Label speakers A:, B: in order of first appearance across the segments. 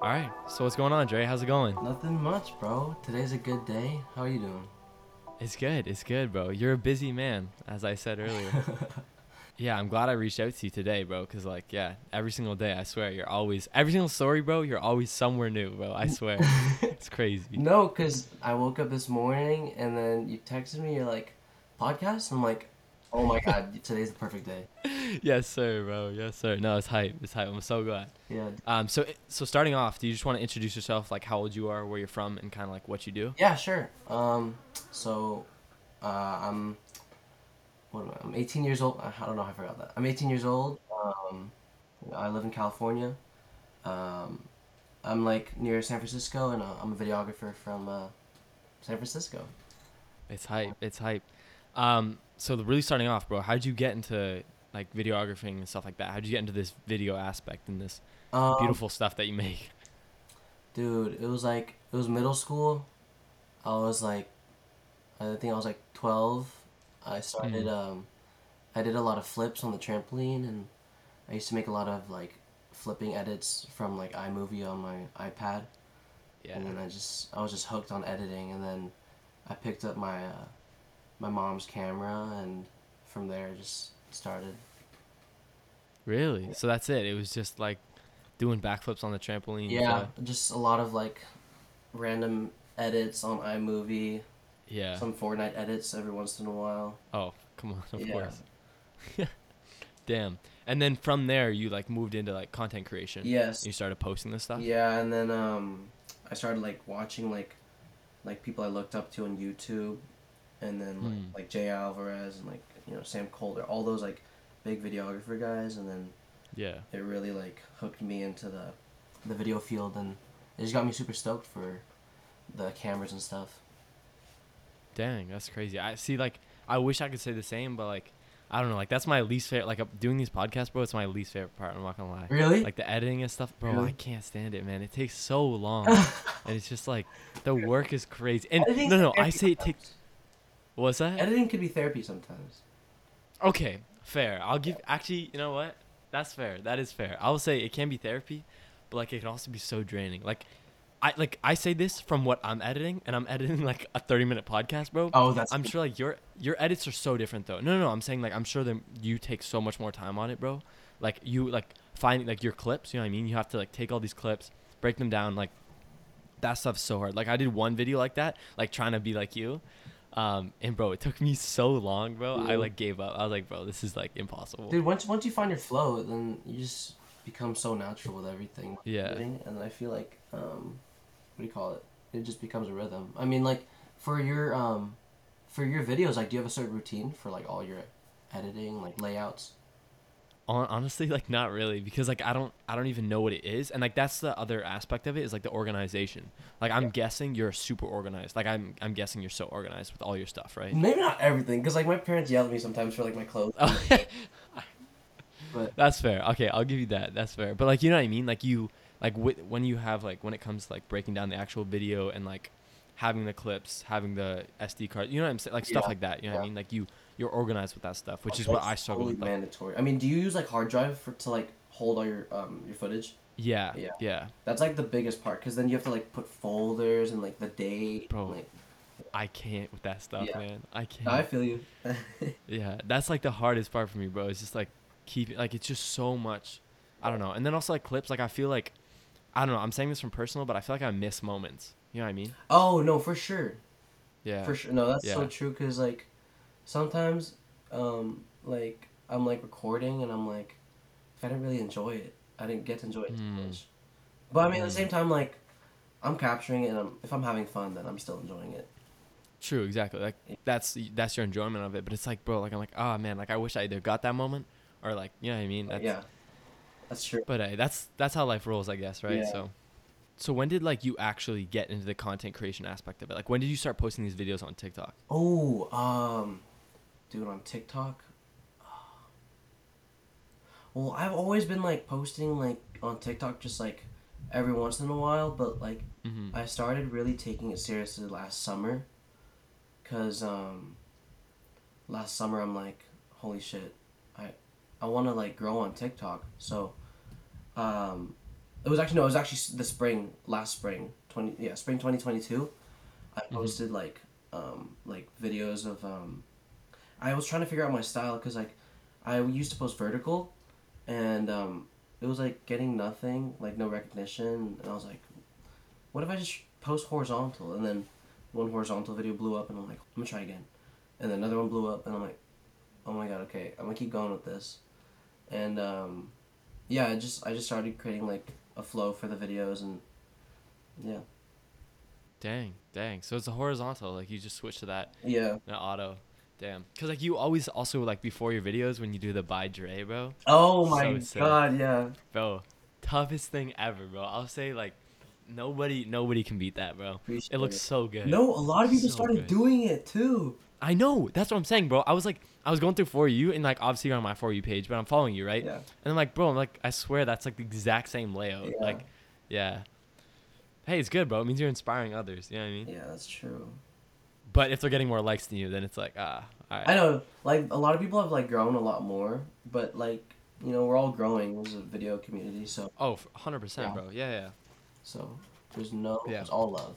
A: All right. So what's going on, Dre? How's it going?
B: Nothing much, bro. Today's a good day. How are you doing?
A: It's good. It's good, bro. You're a busy man, as I said earlier. yeah, I'm glad I reached out to you today, bro. Cause like, yeah, every single day, I swear, you're always every single story, bro. You're always somewhere new, bro. I swear, it's crazy.
B: No, because I woke up this morning and then you texted me, you're like, podcast? I'm like, oh my god, today's the perfect day.
A: yes, sir, bro. Yes, sir. No, it's hype. It's hype. I'm so glad.
B: Yeah.
A: Um. So so starting off, do you just want to introduce yourself, like how old you are, where you're from, and kind of like what you do?
B: Yeah, sure. Um, so, uh, I'm, what am I? I'm 18 years old. I I don't know. how I forgot that. I'm 18 years old. Um, I live in California. Um, I'm like near San Francisco, and uh, I'm a videographer from uh, San Francisco.
A: It's hype. It's hype. Um, so the, really starting off, bro, how'd you get into like videographing and stuff like that? How'd you get into this video aspect and this
B: Um,
A: beautiful stuff that you make?
B: Dude, it was like it was middle school. I was like, I think I was like twelve. I started. Um, I did a lot of flips on the trampoline, and I used to make a lot of like flipping edits from like iMovie on my iPad.
A: Yeah.
B: And then I just I was just hooked on editing, and then I picked up my uh, my mom's camera, and from there it just started.
A: Really? So that's it. It was just like doing backflips on the trampoline.
B: Yeah,
A: so-
B: just a lot of like random edits on iMovie.
A: yeah.
B: some Fortnite edits every once in a while.
A: oh, come on. Of
B: Yeah.
A: course. Damn. And then from there, you like moved into like content creation.
B: Yes.
A: You started posting this stuff.
B: Yeah, and then um, I started like watching like like people I looked up to on YouTube, and then like,
A: Hmm.
B: like Jay Alvarez and like you know Sam Colder, all those like big videographer guys, and then
A: Yeah.
B: it really like hooked me into the the video field, and it just got me super stoked for the cameras and stuff.
A: Dang, that's crazy. I see. Like, I wish I could say the same, but like, I don't know. Like, that's my least favorite. Like, uh, doing these podcasts, bro. It's my least favorite part. I'm not gonna lie.
B: Really?
A: Like the editing and stuff, bro.
B: Really?
A: I can't stand it, man. It takes so long, and it's just like the work is crazy. And no, no, I say it takes. What's that?
B: Editing could be therapy sometimes.
A: Okay, fair. I'll give. Actually, you know what? That's fair. That is fair. I will say it can be therapy, but like it can also be so draining. Like. I like I say this from what I'm editing, and I'm editing like a 30 minute podcast, bro.
B: Oh, that's
A: I'm sure like your your edits are so different though. No, no, no I'm saying like I'm sure that you take so much more time on it, bro. Like you like find like your clips. You know what I mean? You have to like take all these clips, break them down. Like that stuff's so hard. Like I did one video like that, like trying to be like you, um, and bro, it took me so long, bro. I
B: Yeah.
A: like gave up. I was like, bro, this is like impossible.
B: Dude, once once you find your flow, then you just become so natural with everything.
A: Yeah.
B: And I feel like, um, what do you call it? It just becomes a rhythm. I mean, like for your um, for your videos, like, do you have a certain routine for like all your editing, like layouts?
A: Hon- honestly like not really because like i don't i don't even know what it is and like that's the other aspect of it is like the organization like i'm guessing you're super organized like i'm i'm guessing you're so organized with all your stuff right
B: Maybe not everything, because like my parents yell at me sometimes for like my clothes. But
A: Oh, that's fair okay i'll give you that that's fair but like you know what i mean like you like wi- when you have like when it comes to like breaking down the actual video and like having the clips having the sd card you know what i'm saying like stuff
B: Yeah,
A: like that you know what i
B: yeah.
A: mean like you you're organized with that stuff which is what i
B: That's
A: struggle
B: totally
A: with like,
B: mandatory. I mean, do you use like hard drive for to like hold all your um your footage?
A: yeah
B: Yeah.
A: yeah
B: That's like the biggest part, because then you have to like put folders and like the date.
A: Bro,
B: like,
A: i can't with that stuff
B: Yeah.
A: man i can't
B: I feel you.
A: Yeah, that's like the hardest part for me, bro. It's just like keep like it's just so much. I don't know. And then also like clips, like I feel like I don't know. I'm saying this from personal, but I feel like I miss moments. You know what I mean?
B: Oh no, for sure,
A: Yeah.
B: for sure. No, that's so
A: Yeah.
B: true. Cause like, sometimes, um, like I'm like recording and I'm like, I didn't really enjoy it. I didn't get to enjoy it
A: Mm.
B: too much. But I mean, at
A: Mm.
B: the same time, like, I'm capturing it, and I'm, if I'm having fun, then I'm still enjoying it.
A: True, exactly. Like that's that's your enjoyment of it, but it's like, bro, like I'm like, "Oh man, like I wish I either got that moment or like, you know what I mean? That's
B: Oh, yeah, that's true.
A: But hey, that's that's how life rolls, I guess, right?
B: Yeah.
A: So So when did like you actually get into the content creation aspect of it? Like when did you start posting these videos on TikTok?
B: Oh, um, dude, on TikTok. Well, I've always been like posting like on TikTok just like every once in a while, but like
A: Mhm.
B: I started really taking it seriously last summer. Cause um, last summer I'm like, holy shit, I I want to like grow on TikTok. So, um, It was actually no, it was actually s- the spring, last spring, twenty yeah, spring twenty twenty two. I posted like um like videos of um, I was trying to figure out my style because like I used to post vertical, and um it was like getting nothing, like no recognition, and I was like, what if I just post horizontal? And then one horizontal video blew up, and I'm like, I'm gonna try again, and then another one blew up, and I'm like, oh my god, okay, I'm gonna keep going with this, and um yeah, I just I just started creating like a flow for the videos and yeah,
A: Dang, dang. So it's a horizontal. Like you just switch to that
B: yeah.
A: an auto. Damn. Cause like you always also like before your videos when you do the buy Dre, bro.
B: Oh
A: So
B: my
A: sick.
B: god, yeah.
A: Bro, toughest thing ever, bro. I'll say like nobody nobody can beat that, bro.
B: Appreciate
A: It looks so good.
B: No, a lot of people
A: So
B: started
A: good.
B: doing it too.
A: I know. That's what I'm saying, bro. I was like, I was going through for you, and like obviously you're on my for you page, but I'm following you, right?
B: Yeah.
A: And I'm like, bro, I'm like, I swear that's like the exact same layout.
B: Yeah.
A: Like, yeah. Hey, it's good, bro. It means you're inspiring others. You know what I mean?
B: Yeah, that's true.
A: But if they're getting more likes than you, then it's like, ah, all right.
B: I know, like a lot of people have like grown a lot more, but like you know we're all growing as a video community, so
A: Oh, f- 100%,
B: Yeah.
A: bro. Yeah, yeah.
B: so there's no
A: Yeah.
B: it's all love.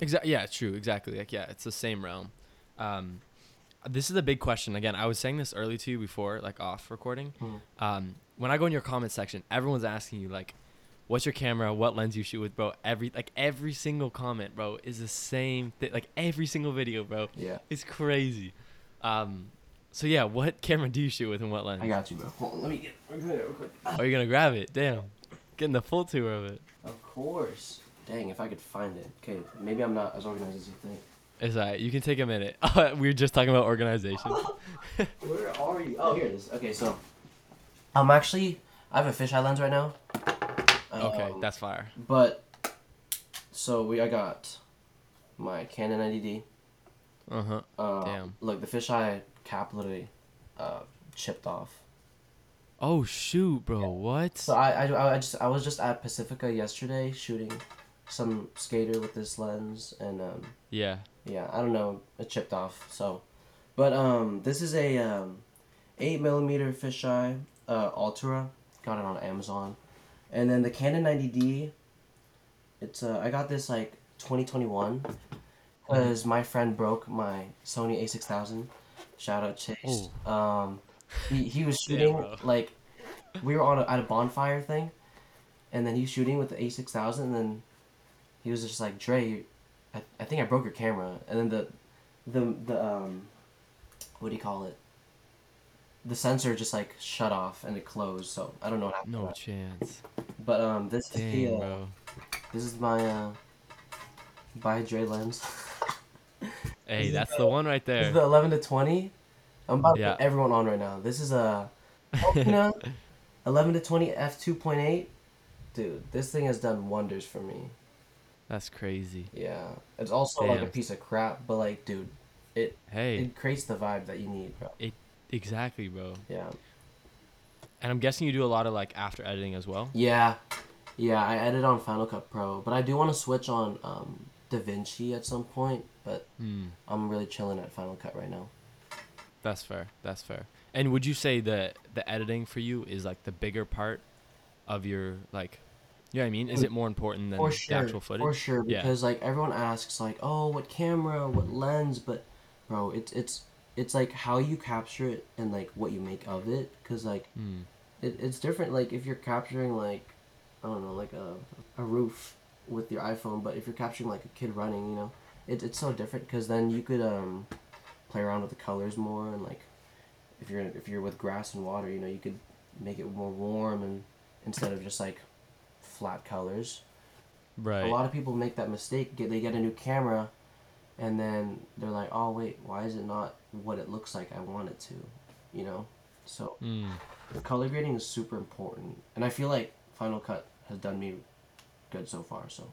A: Exactly. Yeah, true. Exactly. Like, yeah, it's the same realm. Um, this is a big question. Again, I was saying this early to you before, like off recording.
B: Mhm.
A: Um, when I go in your comment section, everyone's asking you like, "What's your camera? What lens you shoot with, bro?" Every like every single comment, bro, is the same thing. Like every single video, bro,
B: Yeah,
A: it's crazy. Um, so yeah, what camera do you shoot with and what lens?
B: I got you, bro. Hold on, let me get let me get it real quick.
A: Are you gonna grab it? Damn, getting the full tour of it.
B: Of course. Dang, if I could find it. Okay, maybe I'm not as organized as you think.
A: It's alright. You can take a minute. Uh, we were just talking about organization.
B: Where are you? Oh, here it is. Okay, so I'm actually I have a fisheye lens right now.
A: okay,
B: Um,
A: that's fire.
B: But so we I got my Canon 90D.
A: Uh huh.
B: Uh,
A: Damn.
B: Look, the fisheye cap literally uh, chipped off.
A: Oh shoot, bro! What?
B: So I, I, I just I was just at Pacifica yesterday shooting some skater with this lens and um,
A: yeah.
B: yeah I don't know it chipped off so, but um this is a um, eight millimeter fisheye uh, Altura got it on Amazon, and then the Canon 90D. It's uh, I got this like 2021 because my friend broke my Sony A6000. Shout out Chase. Um, he, he was
A: Damn,
B: shooting
A: bro.
B: like we were on a, at a bonfire thing, and then he was shooting with the A6000, and then he was just like Dre, I, I think I broke your camera, and then the the the um what do you call it? The sensor just like shut off and it closed, so I don't know what happened. to
A: No
B: that.
A: chance.
B: But um, this is
A: Dang,
B: the uh,
A: bro.
B: this is my uh, by Dre lens.
A: Hey,
B: is
A: that's the one right
B: this
A: there.
B: is the eleven to twenty. I'm about to
A: Yeah.
B: put everyone on right now. This is a Okina eleven to twenty f two point eight. Dude, this thing has done wonders for me.
A: that's crazy.
B: Yeah, it's also like a
A: Damn.
B: piece of crap, but like, dude, it
A: Hey,
B: it creates the vibe that you need, bro.
A: exactly, bro.
B: Yeah.
A: And I'm guessing you do a lot of like after editing as well.
B: Yeah, yeah. I edit on Final Cut Pro, but I do want to switch on um, DaVinci at some point. But
A: Hmm.
B: I'm really chilling at Final Cut right now.
A: That's fair. That's fair. And would you say that the editing for you is like the bigger part of your like? You know what I mean? Is it more important than
B: for sure,
A: the actual footage?
B: for sure.
A: Yeah.
B: Because like everyone asks, like, oh, what camera, what lens, but bro, it's it's it's like how you capture it and like what you make of it. Because like
A: Hmm.
B: it, it's different. Like if you're capturing like I don't know, like a a roof with your iPhone, but if you're capturing like a kid running, you know, it, it's so different because then you could um play around with the colors more and like if you're if you're with grass and water, you know, you could make it more warm and instead of just like flat colors. A
A: Right.
B: lot of people make that mistake. Get they get a new camera, and then they're like, oh wait, why is it not what it looks like I want it to, you know? So
A: Hmm.
B: the color grading is super important, and I feel like Final Cut has done me good so far. So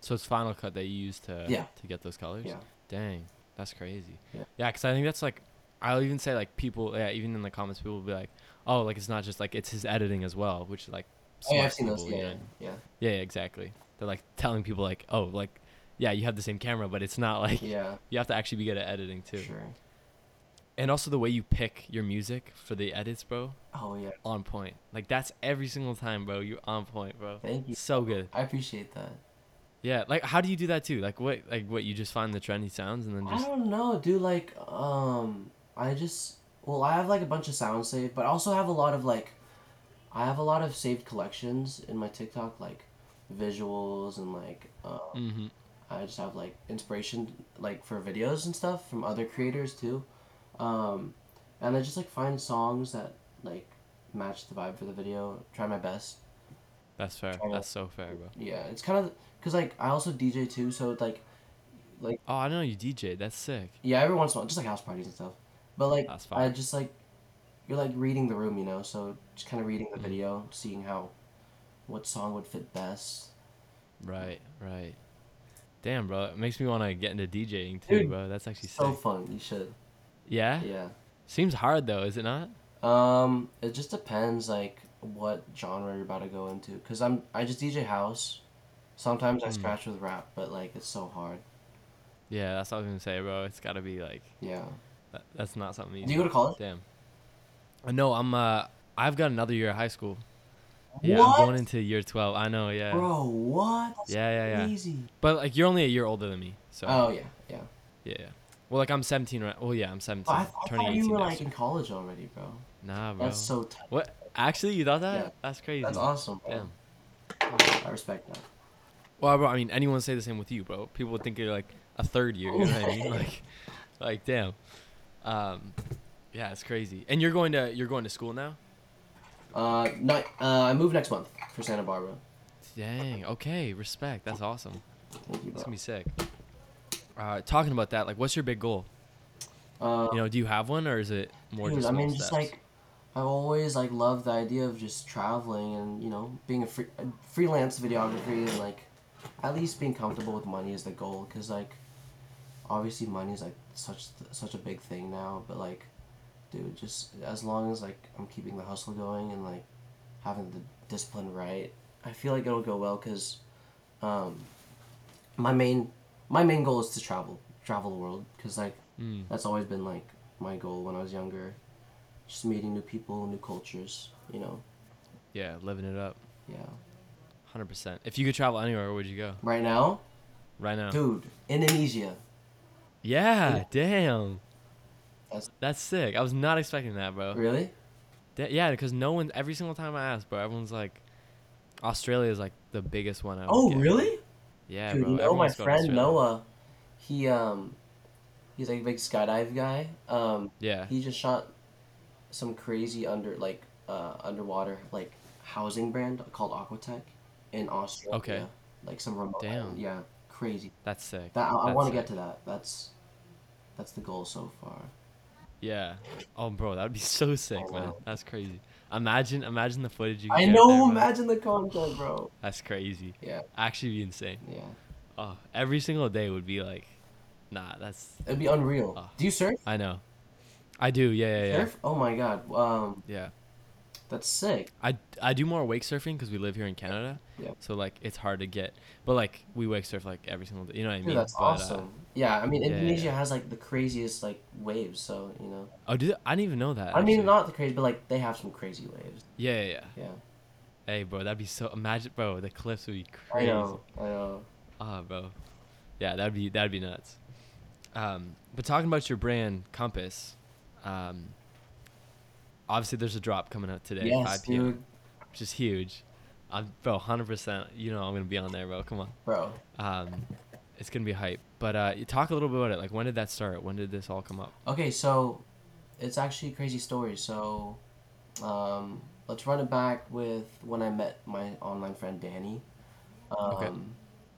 A: So it's Final Cut that you use to
B: Yeah.
A: to get those colors.
B: yeah,
A: Dang, that's crazy.
B: Yeah.
A: Yeah, because I think that's like, I'll even say like people, yeah, even in the comments, people will be like, oh, like it's not just like it's his editing as well, which like,
B: oh, yeah,
A: smart
B: I've seen those.
A: people,
B: Yeah,
A: you
B: yeah,
A: know?
B: yeah,
A: yeah, yeah, exactly. They're like telling people like, oh, like, yeah, you have the same camera, but it's not like
B: yeah,
A: you have to actually be good at editing too.
B: sure.
A: and also the way you pick your music for the edits, bro,
B: Oh yeah.
A: on point. Like that's every single time, bro. You're on point, bro.
B: Thank you.
A: So good.
B: I appreciate that.
A: Yeah. Like how do you do that too? Like what? Like what? You just find the trendy sounds and then
B: I
A: just
B: don't know, dude. Like, um, I just well, I have like a bunch of sound saved, but I also have a lot of like, I have a lot of saved collections in my TikTok, like visuals and like, um,
A: Mhm.
B: I just have like inspiration like for videos and stuff from other creators too, um, and I just like find songs that like match the vibe for the video. Try my best.
A: That's fair.
B: Oh.
A: That's so fair, bro.
B: Yeah, it's kind of because like I also DJ too, so it's like, like.
A: Oh, I know you DJ. That's sick.
B: Yeah, every once in a while, just like house parties and stuff. But like,
A: That's fine.
B: I just like, you're like reading the room, you know. So just kind of reading the
A: Mhm.
B: video, seeing how, what song would fit best.
A: Right. Right. Damn, bro. It makes me want to get into DJing too,
B: Dude,
A: bro. That's actually
B: so
A: sick.
B: fun. You should.
A: Yeah?
B: Yeah.
A: Seems hard though, is it not?
B: Um, it just depends like what genre you're about to go into. Cause I'm I just DJ house. Sometimes I
A: Mm.
B: scratch with rap, but like it's so hard.
A: Yeah, that's what I was gonna say, bro. It's gotta be like
B: Yeah.
A: that, that's not something easy.
B: Do you go to college?
A: Damn. Uh, No, I'm. Uh, I've got another year of high school. Yeah,
B: what?
A: I'm going into year twelve. I know. Yeah.
B: Bro, what? That's
A: Yeah, yeah, yeah.
B: Crazy.
A: But like, you're only a year older than me, so
B: Oh yeah, yeah.
A: yeah. yeah. Well, like I'm 17 right. Well, yeah, I'm 17.
B: Oh, I, I
A: turning
B: thought
A: 18
B: you were
A: next
B: like
A: year.
B: in college already, bro.
A: Nah, bro.
B: That's so tight.
A: what? Actually, you thought that?
B: Yeah.
A: That's crazy.
B: That's awesome. Bro.
A: Damn.
B: I respect that.
A: Well, bro. I mean, anyone would say the same with you, bro. People would think you're like a third year. You know what I mean? Like, like damn. Um, yeah, it's crazy. And you're going to you're going to school now?
B: Uh, not, uh, I move next month for Santa Barbara.
A: Dang. Okay. Respect. That's awesome.
B: Thank you,
A: It's
B: bro.
A: gonna be sick. Uh, talking about that, like, what's your big goal?
B: Uh,
A: You know, do you have one, or is it more
B: dude,
A: just
B: I
A: small
B: mean,
A: steps?
B: just like I've always like loved the idea of just traveling and you know being a, free, a freelance videography and like at least being comfortable with money is the goal because like obviously money is like such such a big thing now but like dude just as long as like I'm keeping the hustle going and like having the discipline right I feel like it'll go well because um, my main my main goal is to travel travel the world because like
A: Mm.
B: that's always been like my goal when I was younger. Just meeting new people, new cultures, you know.
A: yeah, living it up,
B: Yeah.
A: hundred percent. If you could travel anywhere, where would you go
B: Right now,
A: right now?
B: dude, Indonesia.
A: Yeah, damn.
B: That's-
A: That's sick. I was not expecting that, bro.
B: Really?
A: Da- yeah, because no one. Every single time I ask, bro, everyone's like, Australia is like the biggest one. I would
B: Oh,
A: get.
B: really?
A: Yeah,
B: dude,
A: bro.
B: you know my
A: everyone's going to
B: friend
A: Australia.
B: Noah, he um he's like a big skydive guy. Um
A: Yeah.
B: he just shot some crazy under like uh underwater like housing brand called Aquatech in Australia.
A: Okay.
B: Like some remote
A: Damn.
B: island. Yeah, crazy.
A: That's sick.
B: That I, I
A: That's
B: want to
A: sick.
B: get to that. That's that's the goal so far.
A: Yeah. Oh, bro, that'd be so sick,
B: I
A: man.
B: know.
A: That's crazy. Imagine, imagine the footage you. Could
B: Oh, I
A: get up
B: know.
A: there, bro.
B: imagine the content, bro.
A: That's crazy.
B: Yeah,
A: Actually, be insane.
B: yeah.
A: Oh, every single day would be like, nah. That's
B: It'd be unreal.
A: Ah.
B: Do you surf?
A: I know. I do. Yeah, yeah, yeah.
B: Surf? Oh my god. Um,
A: Yeah.
B: that's sick.
A: I, I do more wake surfing because we live here in Canada.
B: Yeah.
A: So like it's hard to get, but like we wake surf like every single day. You know what I mean?
B: Dude, that's
A: But, uh,
B: awesome. yeah, I mean
A: yeah, yeah,
B: Indonesia
A: yeah.
B: has like the craziest like waves, so you know.
A: oh, do they- I didn't even know that.
B: I mean,
A: actually.
B: not the crazy, but like they have some crazy waves.
A: Yeah, yeah, yeah.
B: Yeah.
A: Hey, bro, that'd be so. Imagine, bro, the cliffs would be
B: I
A: crazy.
B: know. I know.
A: Ah, bro. Yeah, that'd be that'd be nuts. Um, but talking about your brand Compass, um, obviously there's a drop coming out today,
B: yes,
A: 5 p.m.,
B: dude,
A: which is huge. I'm bro, 100%. You know I'm gonna be on there, bro. Come on.
B: bro.
A: Um, it's gonna be hype. But uh, you talk a little bit about it. Like, when did that start? When did this all come up?
B: Okay, so it's actually a crazy story. So, um, let's run it back with when I met my online friend Danny. Um,
A: Okay.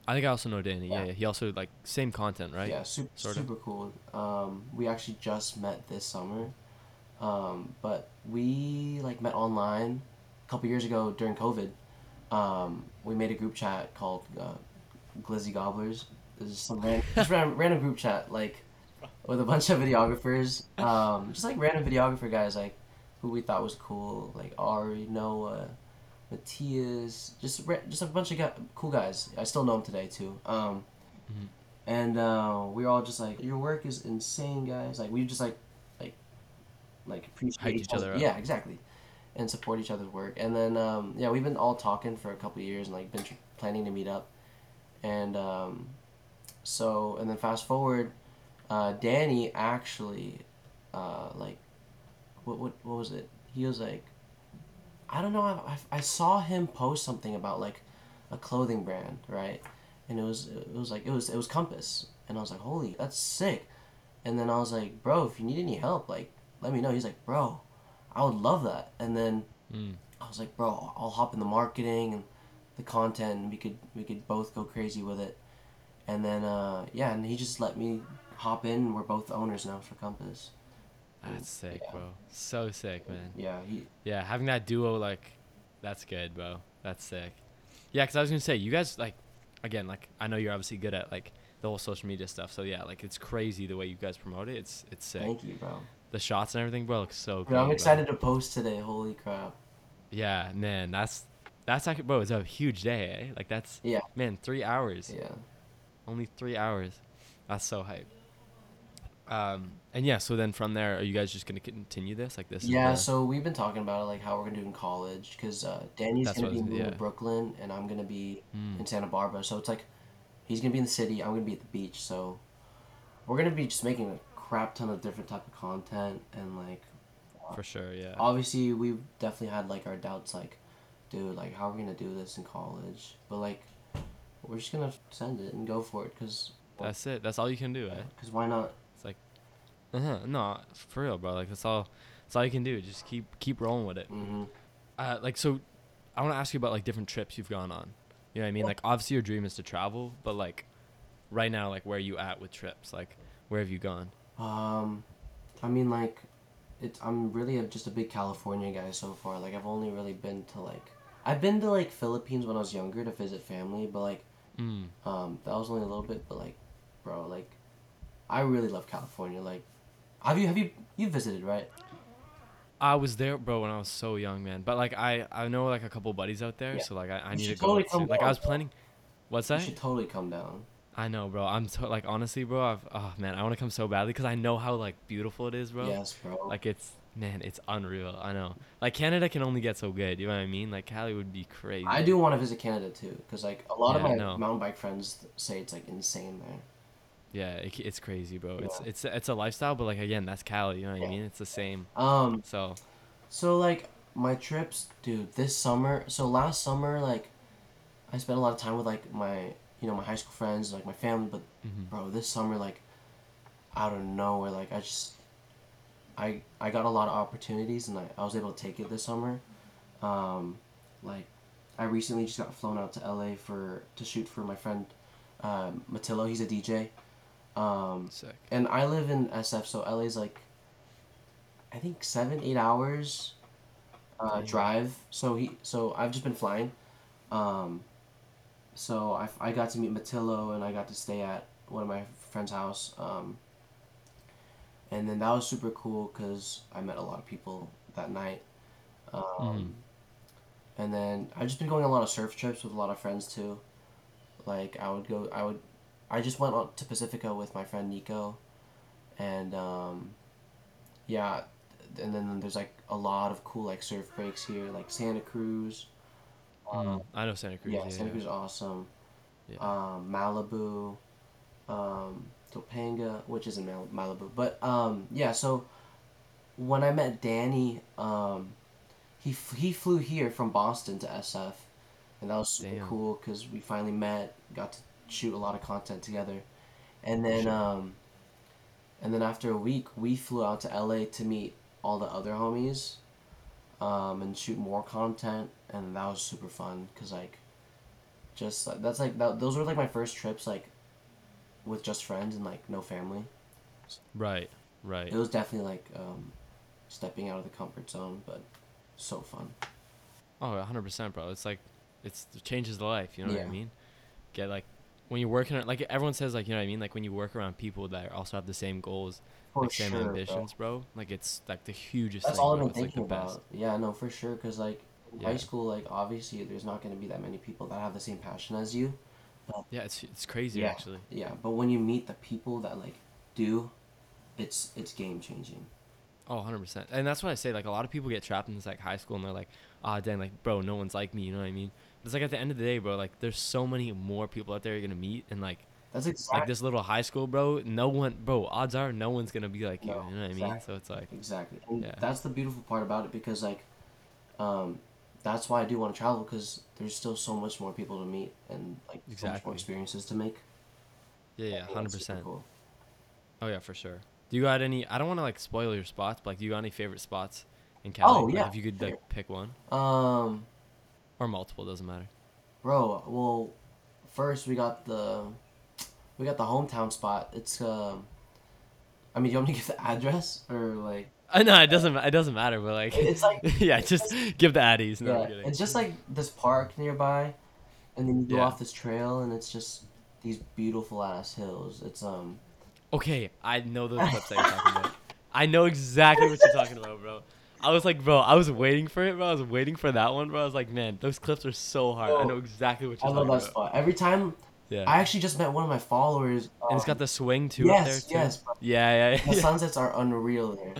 A: I think I also know Danny. Yeah,
B: Yeah.
A: yeah. he also like same content, right?
B: Yeah, super,
A: Sorta.
B: super cool. Um, we actually just met this summer, um, but we like met online a couple years ago during COVID. Um, we made a group chat called uh, Glizzy Gobblers. This is some random, just random, random group chat like with a bunch of videographers, um, just like random videographer guys like who we thought was cool, like Ari, Noah, Matthias, just ra- just a bunch of guy- cool guys. I still know them today too. Um,
A: Mm-hmm.
B: and uh, we were all just like, "Your work is insane, guys!" Like we just like, like like appreciate
A: Hype each other
B: other-
A: up.
B: Yeah, exactly, and support each other's work. And then um, yeah, we've been all talking for a couple of years and like been tr- planning to meet up, and um, so and then fast forward, uh, Danny actually, uh, like, what what what was it? He was like, I don't know. I, I, I saw him post something about like a clothing brand, right? And it was it was like it was it was Compass, and I was like, holy, that's sick. And then I was like, bro, if you need any help, like, let me know. He's like, bro, I would love that. And then I was like, bro, I'll hop in the marketing and the content, and we could we could both go crazy with it. And then uh, yeah, and he just let me hop in. We're both owners now for Compass.
A: Ah, That's sick,
B: Yeah.
A: bro. So sick, man.
B: Yeah, he
A: Yeah, having that duo like that's good, bro. That's sick. Yeah, cuz I was going to say you guys like again, like I know you're obviously good at like the whole social media stuff. So yeah, like it's crazy the way you guys promote it. It's it's sick.
B: thank you, bro.
A: The shots and everything, bro, looks so cool.
B: Bro, Oh. I'm excited to post today. Holy crap!
A: Yeah, man, that's that's actually bro, it's a huge day, eh? Like that's
B: Yeah.
A: man, 3 hours.
B: Yeah.
A: Only 3 hours. That's so hype. Um and yeah, so then from there are you guys just going to continue this? Like this is
B: Yeah,
A: the-
B: so we've been talking about it, like how we're gonna do in college, because uh, Danny's
A: That's
B: gonna
A: what
B: be
A: I was-
B: moving
A: yeah.
B: to Brooklyn, and I'm gonna be
A: Mm.
B: in Santa Barbara. So it's like he's gonna be in the city, I'm gonna be at the beach. So we're gonna be just making a crap ton of different type of content, and like
A: for sure, yeah.
B: obviously we've definitely had like our doubts, like dude, like how are we gonna do this in college? But like we're just gonna send it and go for it, because
A: That's it. That's all you can do, eh?
B: because why not?
A: It's like, uh-huh, no, for real, bro. Like that's all, that's all you can do. Just keep keep rolling with it.
B: hmm
A: Uh, like so, I want to ask you about like different trips you've gone on. You know what I mean? Like obviously your dream is to travel, but like, right now, like where are you at with trips? Like where have you gone?
B: Um, I mean, like, it's I'm really a, just a big California guy so far. Like, I've only really been to like I've been to like Philippines when I was younger to visit family, but like
A: Mm.
B: um that was only a little bit. But like, bro, like, I really love California. Like, have you have you you visited right?
A: I was there, bro, when I was so young, man. But like I, I know like a couple buddies out there,
B: Yeah.
A: so like I, I
B: You
A: need to
B: should
A: go.
B: totally
A: soon.
B: come
A: like I
B: down,
A: was
B: bro.
A: planning. What's that?
B: You should totally come down.
A: I know, bro. I'm so like honestly, bro. I've oh man, I want to come so badly because I know how like beautiful it is, bro.
B: Yes, bro.
A: Like it's man, it's unreal. I know. Like Canada can only get so good. You know what I mean? Like Cali would be crazy.
B: I do want to visit Canada too, because like a lot
A: Yeah,
B: of my
A: no.
B: mountain bike friends say it's like insane there.
A: Yeah, it, it's crazy, bro. It's
B: Yeah.
A: it's it's a lifestyle, but like again, that's Cali. You know what I
B: Yeah.
A: mean? It's the same.
B: Um,
A: So
B: So like my trips, dude, this summer. So last summer, like, I spent a lot of time with like my you know my high school friends, like my family. But
A: Mhm.
B: bro, this summer, like, out of nowhere, like I just, I I got a lot of opportunities and I, I was able to take it this summer. Um, like, I recently just got flown out to LA for to shoot for my friend, um, Matillo. He's a DJ. Um,
A: sick.
B: and I live in SF, so LA's like, I think seven, eight hours, uh,
A: Dang.
B: drive. So he, so I've just been flying, um, so I, I got to meet Matillo and I got to stay at one of my friend's house, um, and then that was super cool because I met a lot of people that night, um, and then I've just been going on a lot of surf trips with a lot of friends too, like I would go, I would I just went on to Pacifica with my friend Nico, and um, yeah, th- and then there's like a lot of cool like surf breaks here, like Santa Cruz. Um,
A: Mm, I know Santa Cruz.
B: yeah,
A: Yeah,
B: Santa
A: yeah.
B: Cruz is awesome.
A: Yeah.
B: Um, Malibu, um, Topanga, which isn't Mal- Malibu, but um, yeah. So when I met Danny, um, he f- he flew here from Boston to SF, and that was super
A: Damn.
B: cool because we finally met, got to shoot a lot of content together, and then
A: Sure.
B: um, and then after a week, we flew out to LA to meet all the other homies, um, and shoot more content, and that was super fun because like, just like, that's like that, those were like my first trips like, with just friends and like no family.
A: Right, right.
B: It was definitely like um, stepping out of the comfort zone, but so fun.
A: Oh, 100%, bro. It's like, it's, it changes the life. You know what I
B: Yeah.
A: mean? Get like, when you're working, on- like everyone says, like, you know what I mean? Like when you work around people that also have the same goals,
B: For
A: like same
B: sure, bro.
A: ambitions, bro. Like it's like the hugest
B: That's
A: thing.
B: all I've
A: bro.
B: been
A: It's like the
B: thinking
A: best.
B: about. Yeah, no, for sure, because like in high
A: Yeah.
B: school, like obviously there's not going to be that many people that have the same passion as you.
A: Yeah, it's, it's crazy
B: yeah,
A: actually.
B: yeah, but when you meet the people that like do, it's it's game changing.
A: Oh, 100%. And that's what I say. Like, a lot of people get trapped in this, like, high school and they're like, ah, dang, like, bro, no one's like me. You know what I mean? It's like at the end of the day, bro, like, there's so many more people out there you're going to meet. And, like,
B: That's exactly
A: like this little high school, bro, no one, bro, odds are no one's going to be like you.
B: No,
A: you know what I mean?
B: exactly.
A: So it's like,
B: Exactly. And
A: Yeah.
B: that's the beautiful part about it because like um that's why I do want to travel because there's still so much more people to meet and like so much
A: Exactly.
B: more experiences to make.
A: yeah, yeah,
B: I think that's super
A: 100%.
B: Cool.
A: Oh, yeah, for sure. Do you got any, I don't want to, like, spoil your spots, but, like, do you got any favorite spots in Cali?
B: Oh,
A: Like,
B: yeah,
A: if you could,
B: sure.
A: like, pick one
B: Um
A: or multiple, doesn't matter.
B: bro, well first we got the we got the hometown spot. It's um I mean, do you want me to give the address or like
A: I know it doesn't. ma- It doesn't matter, but like,
B: It's like-
A: yeah, just give the addies. No, I'm
B: yeah,
A: kidding.
B: it's just like this park nearby and then you go
A: Yeah.
B: off this trail and it's just these beautiful ass hills. It's um
A: Okay, I know those clips that you're talking about. I know exactly what you're talking about, bro. I was like, bro, I was waiting for it, bro. I was waiting for that one, bro. I was like, man, those clips are so hard. I
B: Yo,
A: know exactly what
B: Oh, I
A: you're
B: love
A: talking
B: that
A: about.
B: spot. Every time
A: Yeah,
B: I actually just met one of my followers.
A: and it's
B: um,
A: got the swing too up there
B: yes,
A: too.
B: yes. bro.
A: Yeah, yeah, yeah.
B: The sunsets are unreal there.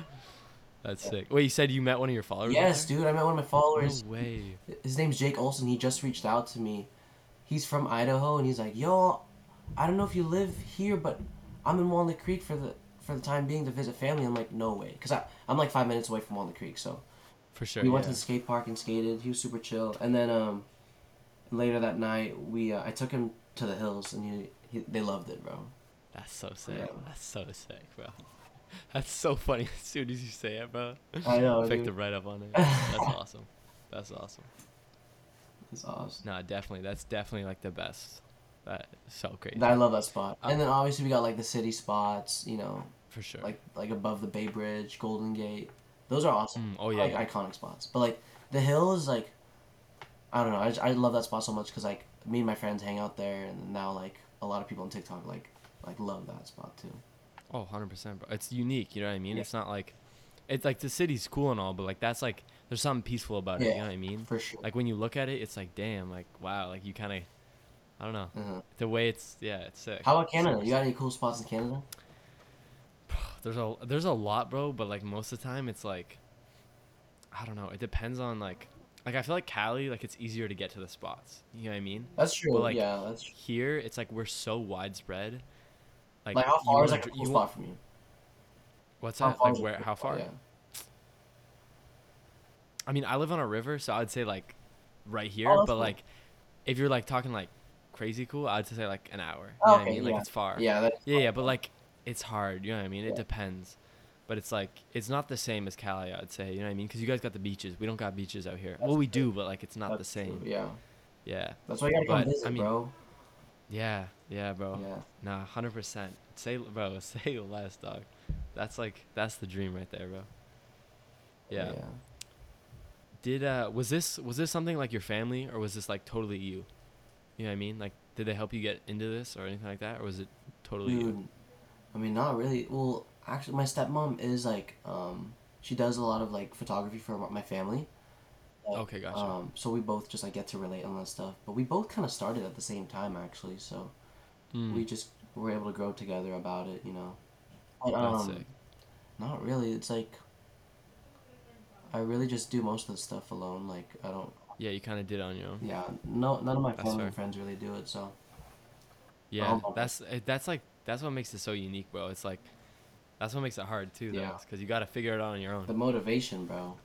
A: That's sick. Wait, you said you met one of your followers? up
B: Yes, dude. I met one of my
A: there?
B: followers.
A: No way.
B: His name's Jake Olson. He just reached out to me. He's from Idaho, and he's like, "Yo, I don't know if you live here, but I'm in Walnut Creek for the for the time being to visit family." I'm like, "No way," because I'm like five minutes away from Walnut Creek, so
A: For sure.
B: we went
A: yeah.
B: to the skate park and skated. He was super chill, and then um, later that night, we uh, I took him to the hills, and he, he they loved it, bro.
A: That's so sick.
B: Yeah.
A: That's so sick, bro. That's so funny as soon as you say it, bro.
B: I know,
A: Picked
B: dude.
A: it right up on it. That's awesome. That's awesome.
B: It's awesome.
A: Nah, definitely. That's definitely like the best. That is so crazy.
B: I love that spot.
A: Uh,
B: and then obviously we got like the city spots, you know,
A: for sure.
B: like like above the Bay Bridge, Golden Gate. Those are awesome.
A: Mm, oh,
B: I
A: yeah,
B: like
A: yeah.
B: iconic spots. But like the hill is like I don't know. I, just, I love that spot so much because like me and my friends hang out there, and now like a lot of people on TikTok like like love that spot too.
A: oh, 100%, bro. It's unique, you know what I mean?
B: Yeah.
A: It's not like it's like the city's cool and all, but like that's like there's something peaceful about it, you
B: Yeah.
A: know what I mean?
B: For sure.
A: Like when you look at it, it's like damn, like wow, like you kind of I don't know.
B: uh
A: The way it's yeah, it's sick.
B: How about Canada?
A: Super
B: You got any cool spots in Canada?
A: there's a there's a lot, bro. But like most of the time, it's like I don't know. It depends on like like I feel like Cali, like it's easier to get to the spots. You know what I mean?
B: That's true.
A: Well, like,
B: yeah, that's true.
A: Here, it's like we're so widespread. Like,
B: Like, how
A: you
B: far is
A: wanna
B: like a
A: dr-
B: cool
A: you want-
B: spot from you?
A: What's
B: How
A: that? Like
B: is a
A: where?
B: cool
A: How
B: spot?
A: far?
B: Yeah.
A: I mean, I live on a river, so I'd say like right here.
B: Oh, that's
A: but
B: cool.
A: like, if you're like talking like crazy cool, I'd say like an hour. You know what I
B: Oh, Okay,
A: mean? Like
B: yeah.
A: it's far.
B: Yeah, that,
A: Yeah, yeah, but like it's hard. You know what I mean? It
B: Yeah.
A: depends. But it's like it's not the same as Cali, I'd say. You know what I mean? Because you guys got the beaches. We don't got beaches out here. well,
B: That's
A: we do, but like it's not the
B: that's true,
A: same.
B: Yeah,
A: Yeah,
B: that's why you gotta come
A: But,
B: visit,
A: I mean, oh,
B: bro.
A: yeah, yeah, bro.
B: Yeah.
A: Nah, hundred percent. Say, bro, say less, dog. That's like that's the dream right there, bro. Yeah. Did uh was this was this something like your family or was this like totally you? You know what I mean? Like, did they help you get into this or anything like that, or was it totally you?
B: Dude, I mean, not really. Well, actually, my stepmom is like, um, she does a lot of like photography for my my family. Like,
A: Okay, gotcha.
B: Um, so we both just like get to relate on that stuff. But we both kind of started at the same time, actually. So
A: Mm,
B: we just were able to grow together about it, you know. But,
A: that's
B: um,
A: sick.
B: Not really. It's like I really just do most of the stuff alone. Like I don't.
A: Yeah, you kind of did it on your own.
B: Yeah, no, none of my
A: That's
B: family
A: fair.
B: and friends really do it. So
A: Yeah,
B: Oh my God.
A: that's eh, that's like that's what makes it so unique, bro. It's like that's what makes it hard too, though,
B: Yeah.
A: because you got to figure it out on your own.
B: the motivation, bro.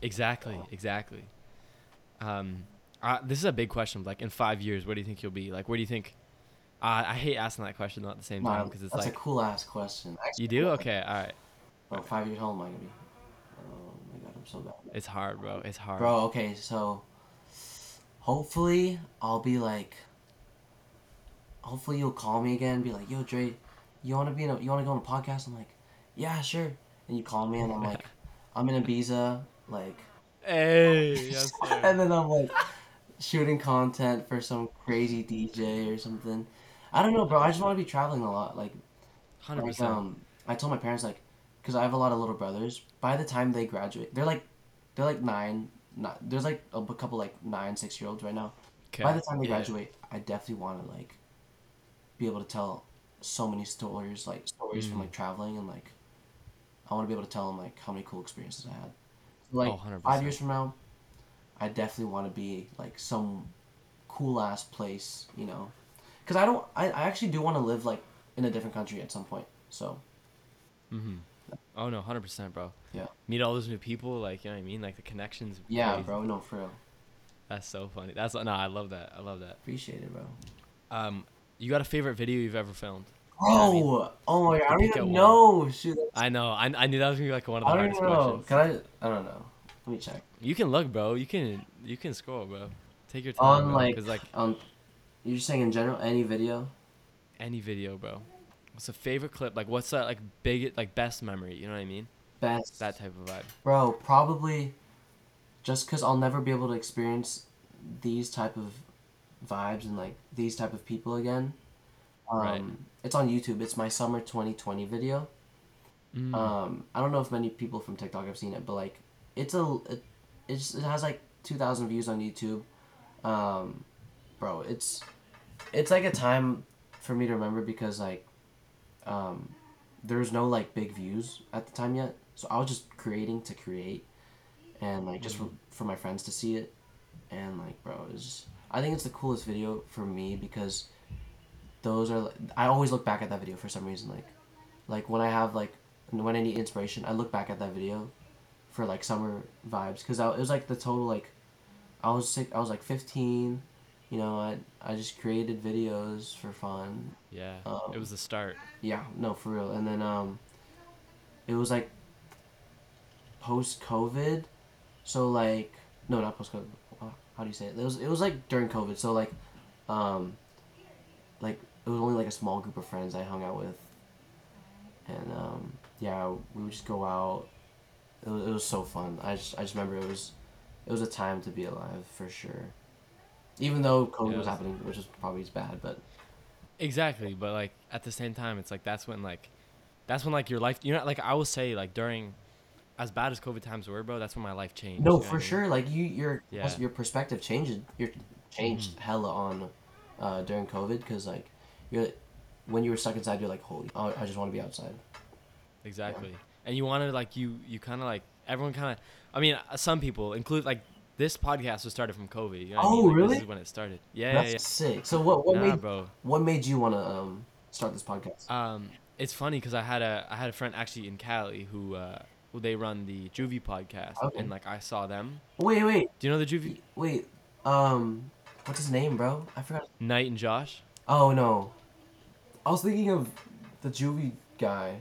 A: Exactly, exactly. Um, uh, this is a big question. Like in five years, where do you think you'll be? Like, where do you think? Uh, I hate asking that question though at the same
B: Nah,
A: time because it's
B: that's
A: like
B: a cool ass question. Actually,
A: you do.
B: I-
A: Okay, all right.
B: Bro, five years old am I gonna be? Oh my god, I'm so bad.
A: It's hard, bro. It's hard.
B: Bro, okay, so hopefully I'll be like, hopefully you'll call me again and be like, yo, Dre, you wanna be in a, you wanna go on a podcast? I'm like, yeah, sure. And you call me and I'm like, I'm in Ibiza, like,
A: Hey, yes, sir.
B: and then I'm like shooting content for some crazy DJ or something. I don't know, bro. I just want to be traveling a lot, like
A: Hundred
B: like
A: percent.
B: um i told my parents like because i have a lot of little brothers by the time they graduate they're like they're like nine not, there's like a b- couple like nine six year olds right now
A: Okay.
B: by the time they
A: yeah.
B: graduate i definitely want to like be able to tell so many stories like stories from
A: Mm.
B: like traveling and like I want to be able to tell them like how many cool experiences I had. Like
A: Oh, 100%.
B: five years from now, I definitely want to be like some cool ass place, you know, because I don't. I, I actually do want to live like in a different country at some point. So
A: Mm-hmm. Oh no, hundred percent, bro.
B: yeah,
A: Meet all those new people, like you know what I mean, like the connections. would be
B: yeah,
A: crazy.
B: bro. No, for real.
A: That's so funny. That's no, I love that. I love that.
B: Appreciate it, bro.
A: Um, you got a favorite video you've ever filmed? You know what I mean?
B: Oh, oh my god! I don't
A: Pick out
B: even
A: one.
B: know. Shoot,
A: I know. I, I knew that was gonna be like one of the
B: I don't
A: hardest
B: even know.
A: questions.
B: Can I? I don't know. Let me check.
A: You can look, bro. You can you can scroll, bro. Take your time,
B: On
A: bro,
B: like,
A: 'cause, like
B: on, you're just saying in general any video.
A: any video, bro. What's a favorite clip? Like, what's that like big like best memory? You know what I mean?
B: Best.
A: That type of vibe.
B: Bro, probably just because I'll never be able to experience these type of vibes and like these type of people again. Um,
A: Right.
B: It's on YouTube. It's my summer 2020 video.
A: Mm.
B: Um, I don't know if many people from TikTok have seen it, but like it's a it, it, just, it has like 2,000 views on YouTube. Um, bro, it's it's like a time for me to remember because like um, there was no like big views at the time yet, so I was just creating to create, and like just for, for my friends to see it, and like bro, it's just, I think it's the coolest video for me because those are like, I always look back at that video for some reason like like when I have like when I need inspiration, I look back at that video for like summer vibes because it was like the total like I was sick. I was like 15. You know, I I just created videos for fun.
A: yeah,
B: um,
A: it was the start.
B: Yeah, no, for real. And then um, it was like post COVID, so like no, not post COVID. How do you say it? It was it was like during COVID. So like, um, like it was only like a small group of friends I hung out with, and um, yeah, we would just go out. It was, it was so fun. I just I just remember it was, it was a time to be alive for sure. Even though COVID
A: Yeah.
B: was happening, which is probably as bad, but
A: Exactly, but like at the same time, it's like that's when like, that's when like your life. You know, like I will say like during, as bad as COVID times were, bro, that's when my life changed. you
B: No,
A: know what I
B: for
A: mean?
B: sure. Like you, your
A: Yeah. Mm-hmm.
B: your perspective changes. Your changed hella on uh, during COVID because like you're when you were stuck inside, you're like, holy, I, I just want to be outside.
A: Exactly. And you wanted like you you kind of like everyone kind of. I mean, uh, some people include like this podcast was started from COVID. You know what I mean?
B: Oh,
A: Like,
B: really?
A: This is when it started. Yeah,
B: That's
A: yeah,
B: sick. So what what
A: yeah. Nah,
B: made
A: bro.
B: what made you want to um, start this podcast?
A: Um, it's funny because I had a I had a friend actually in Cali who uh, who they run the Juvie podcast,
B: Okay.
A: and like I saw them.
B: Wait, wait,
A: Do you know the Juvie
B: wait. Um, what's his name, bro? I forgot.
A: Knight and Josh?
B: Oh no, I was thinking of the juvie guy.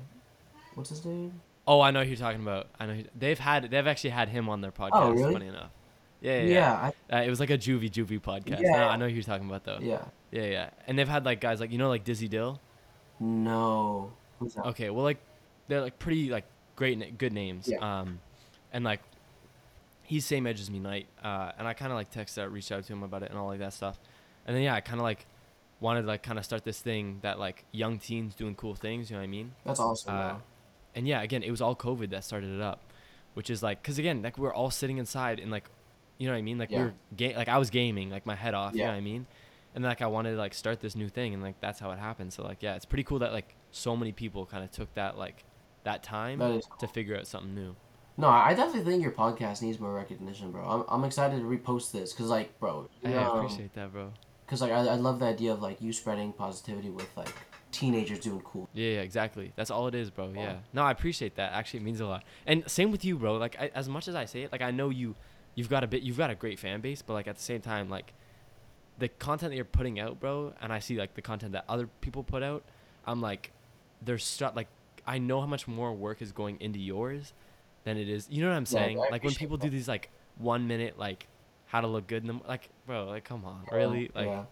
B: What's his name?
A: Oh, I know who you're talking about. I know who, they've had they've actually had him on their podcast.
B: Oh, really?
A: Funny enough. Yeah, yeah. yeah.
B: Yeah,
A: Uh, it was like a Juvie Juvie podcast.
B: Yeah.
A: No, I know who you're talking about though.
B: I, yeah.
A: Yeah, yeah. And they've had like guys like you know like Dizzy Dill.
B: No. Who's that?
A: Okay, well like they're like pretty like great na- good names.
B: Yeah.
A: Um, and like he's same age as me, Knight. Uh, and I kind of like texted out, reached out to him about it and all like that stuff. And then yeah, I kind of like wanted to, like kind of start this thing that like young teens doing cool things. You know what I mean?
B: That's awesome.
A: Uh,
B: bro.
A: and yeah, again, it was all COVID that started it up, which is like, cause again, like we're all sitting inside and like, you know what I mean? Like
B: Yeah.
A: we were ga- like I was gaming, like my head off, you
B: Yeah.
A: know what I mean? And like I wanted to like start this new thing, and like that's how it happened. So like yeah, it's pretty cool that like so many people kind of took that like that time
B: That is
A: to figure out something new.
B: No, I definitely think your podcast needs more recognition, bro. I'm, I'm excited to repost this because, like, bro,
A: Hey, I appreciate that, bro.
B: because like I, I love the idea of like you spreading positivity with like teenagers doing cool.
A: Yeah, yeah, exactly. That's all it is, bro. Yeah. No, I appreciate that. Actually, it means a lot. And same with you, bro. Like I, as much as I say it, like I know you, you've got a bit, you've got a great fan base, but like at the same time, like the content that you're putting out, bro, and I see like the content that other people put out, I'm like, there's stuff like I know how much more work is going into yours than it is. You know what I'm
B: Yeah,
A: saying?
B: I
A: like when
B: appreciate
A: people
B: that.
A: do these like one minute like how to look good in the m- like, bro, like come on, really? Like
B: yeah,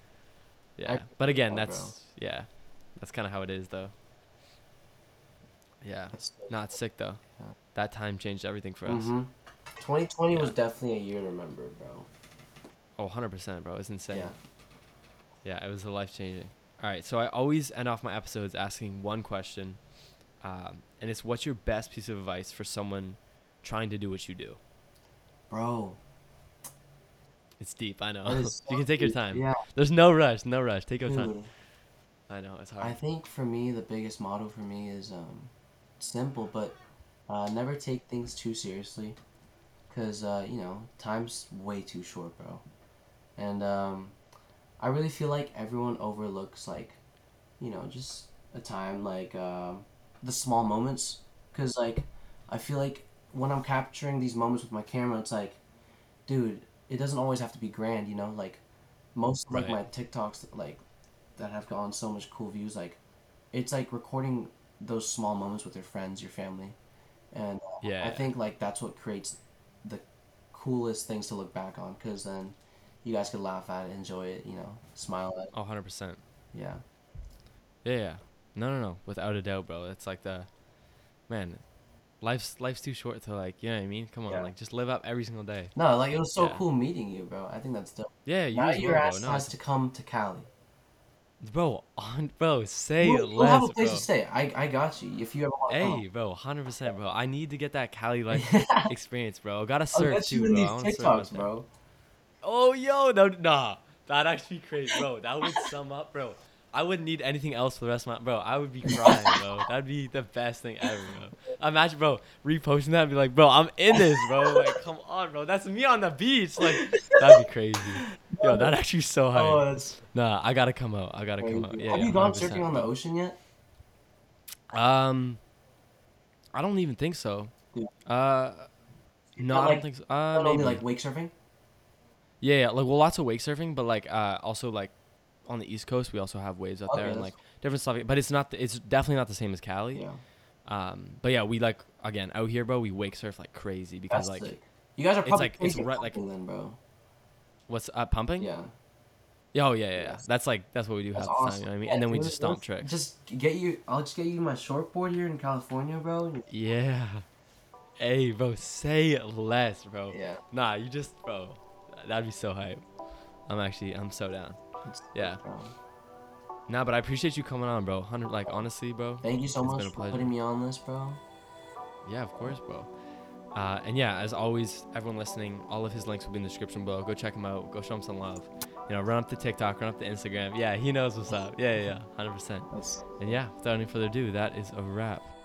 A: yeah. but again,
B: that, bro.
A: that's yeah. That's kind of how it is though. Yeah.
B: that's sick.
A: Not sick though.
B: Yeah.
A: That time changed everything for us.
B: Mhm. 2020 was
A: Yeah.
B: definitely a year to remember, bro.
A: Oh, 100%, bro. It's insane.
B: Yeah,
A: Yeah. it was a life changing. All right, so I always end off my episodes asking one question. Um, and it's what's your best piece of advice for someone trying to do what you do?
B: bro.
A: It's deep, I know.
B: that is
A: you
B: so
A: can take your
B: deep.
A: time.
B: Yeah,
A: There's no rush, no rush. Take your time.
B: dude.
A: I know, it's hard.
B: I think for me the biggest motto for me is um, simple but Uh, never take things too seriously, cause uh, you know time's way too short, bro. And um, I really feel like everyone overlooks like, you know, just a time like um the small moments, cause like I feel like when I'm capturing these moments with my camera, it's like, dude, it doesn't always have to be grand, you know. Like most like
A: Right.
B: my TikToks like that have gotten so much cool views, like it's like recording those small moments with your friends, your family, and uh, I
A: Yeah.
B: think like that's what creates the coolest things to look back on because then you guys could laugh at it, enjoy it, you know, smile at it.
A: Oh, 100%.
B: Yeah,
A: Yeah, yeah. No, no, no. Without a doubt, bro. It's like the man, life's life's too short to like, you know what I mean? Come on,
B: yeah.
A: like just live up every single day.
B: No, like it was so
A: Yeah.
B: cool meeting you, bro. I think that's dope.
A: Yeah, you
B: Now
A: as
B: your
A: well, bro.
B: ass
A: No,
B: has
A: it's
B: to come to Cali.
A: bro, on bro, say
B: We'll, we'll have a
A: less,
B: place to
A: bro.
B: stay. Oh. I I got you if you ever want to come
A: Hey, bro, 100%, bro. I need to get that Cali life
B: up.
A: experience, bro. Gotta
B: I'll
A: surf
B: get you
A: too,
B: in
A: bro. I
B: Oh, these
A: wanna surf out
B: TikToks,
A: there.
B: bro.
A: Oh, yo, no, nah. That'd actually be crazy, bro. That would sum up, bro. I wouldn't need anything else for the rest of my, bro. I would be crying, bro. That'd be the best thing ever, bro. Imagine, bro, reposting that and be like, bro, I'm in this, bro. Like, come on, bro. That's me on the beach. Like, that'd be crazy. Yo, that actually so hype.
B: Oh, that's
A: Nah, I gotta come out. I gotta come out.
B: crazy.
A: Yeah,
B: Have
A: yeah,
B: you gone surfing
A: 100%,
B: on the ocean yet?
A: Uh, bro. Um, I don't even think so.
B: Dude,
A: Uh, no,
B: not
A: I don't
B: like
A: think so. Uh,
B: not only
A: maybe.
B: like wake surfing.
A: Yeah, yeah, like well, lots of wake surfing, but like uh, also like on the East Coast, we also have waves out there
B: Okay,
A: and
B: that's
A: like different stuff. But it's not, the, it's definitely not the same as Cali.
B: yeah,
A: Um, but yeah, we like again out here, bro. We wake surf like crazy because
B: that's
A: like
B: sick. You guys are
A: it's
B: probably
A: like it's
B: crazy at
A: right like
B: pumping then, bro.
A: what's uh, pumping?
B: Yeah,
A: Yeah, oh yeah, yeah, yeah.
B: yes,
A: That's like that's what we do
B: that's
A: half the time. You
B: awesome.
A: know what I mean?
B: Yeah,
A: And then we
B: dude,
A: just stomp
B: let's
A: tricks.
B: just get you. I'll just get you my shortboard here in California, bro. and-
A: Yeah. Hey, bro. Say it less, bro.
B: Yeah,
A: Nah, you just bro. That'd be so hype. I'm actually, I'm so down.
B: it's
A: Yeah.
B: sick, bro.
A: Nah, but I appreciate you coming on, bro. Hundred, like honestly, bro.
B: Thank you so
A: It's
B: much
A: been a
B: for
A: pleasure.
B: putting me on this, bro.
A: Yeah, of course, bro. Uh, and yeah, as always, everyone listening, all of his links will be in the description below. Go check him out. Go show him some love. You know, run up the TikTok, run up the Instagram. Yeah, he knows what's up. Yeah, yeah, yeah, 100%.
B: That's
A: And yeah, without any further ado, that is a wrap.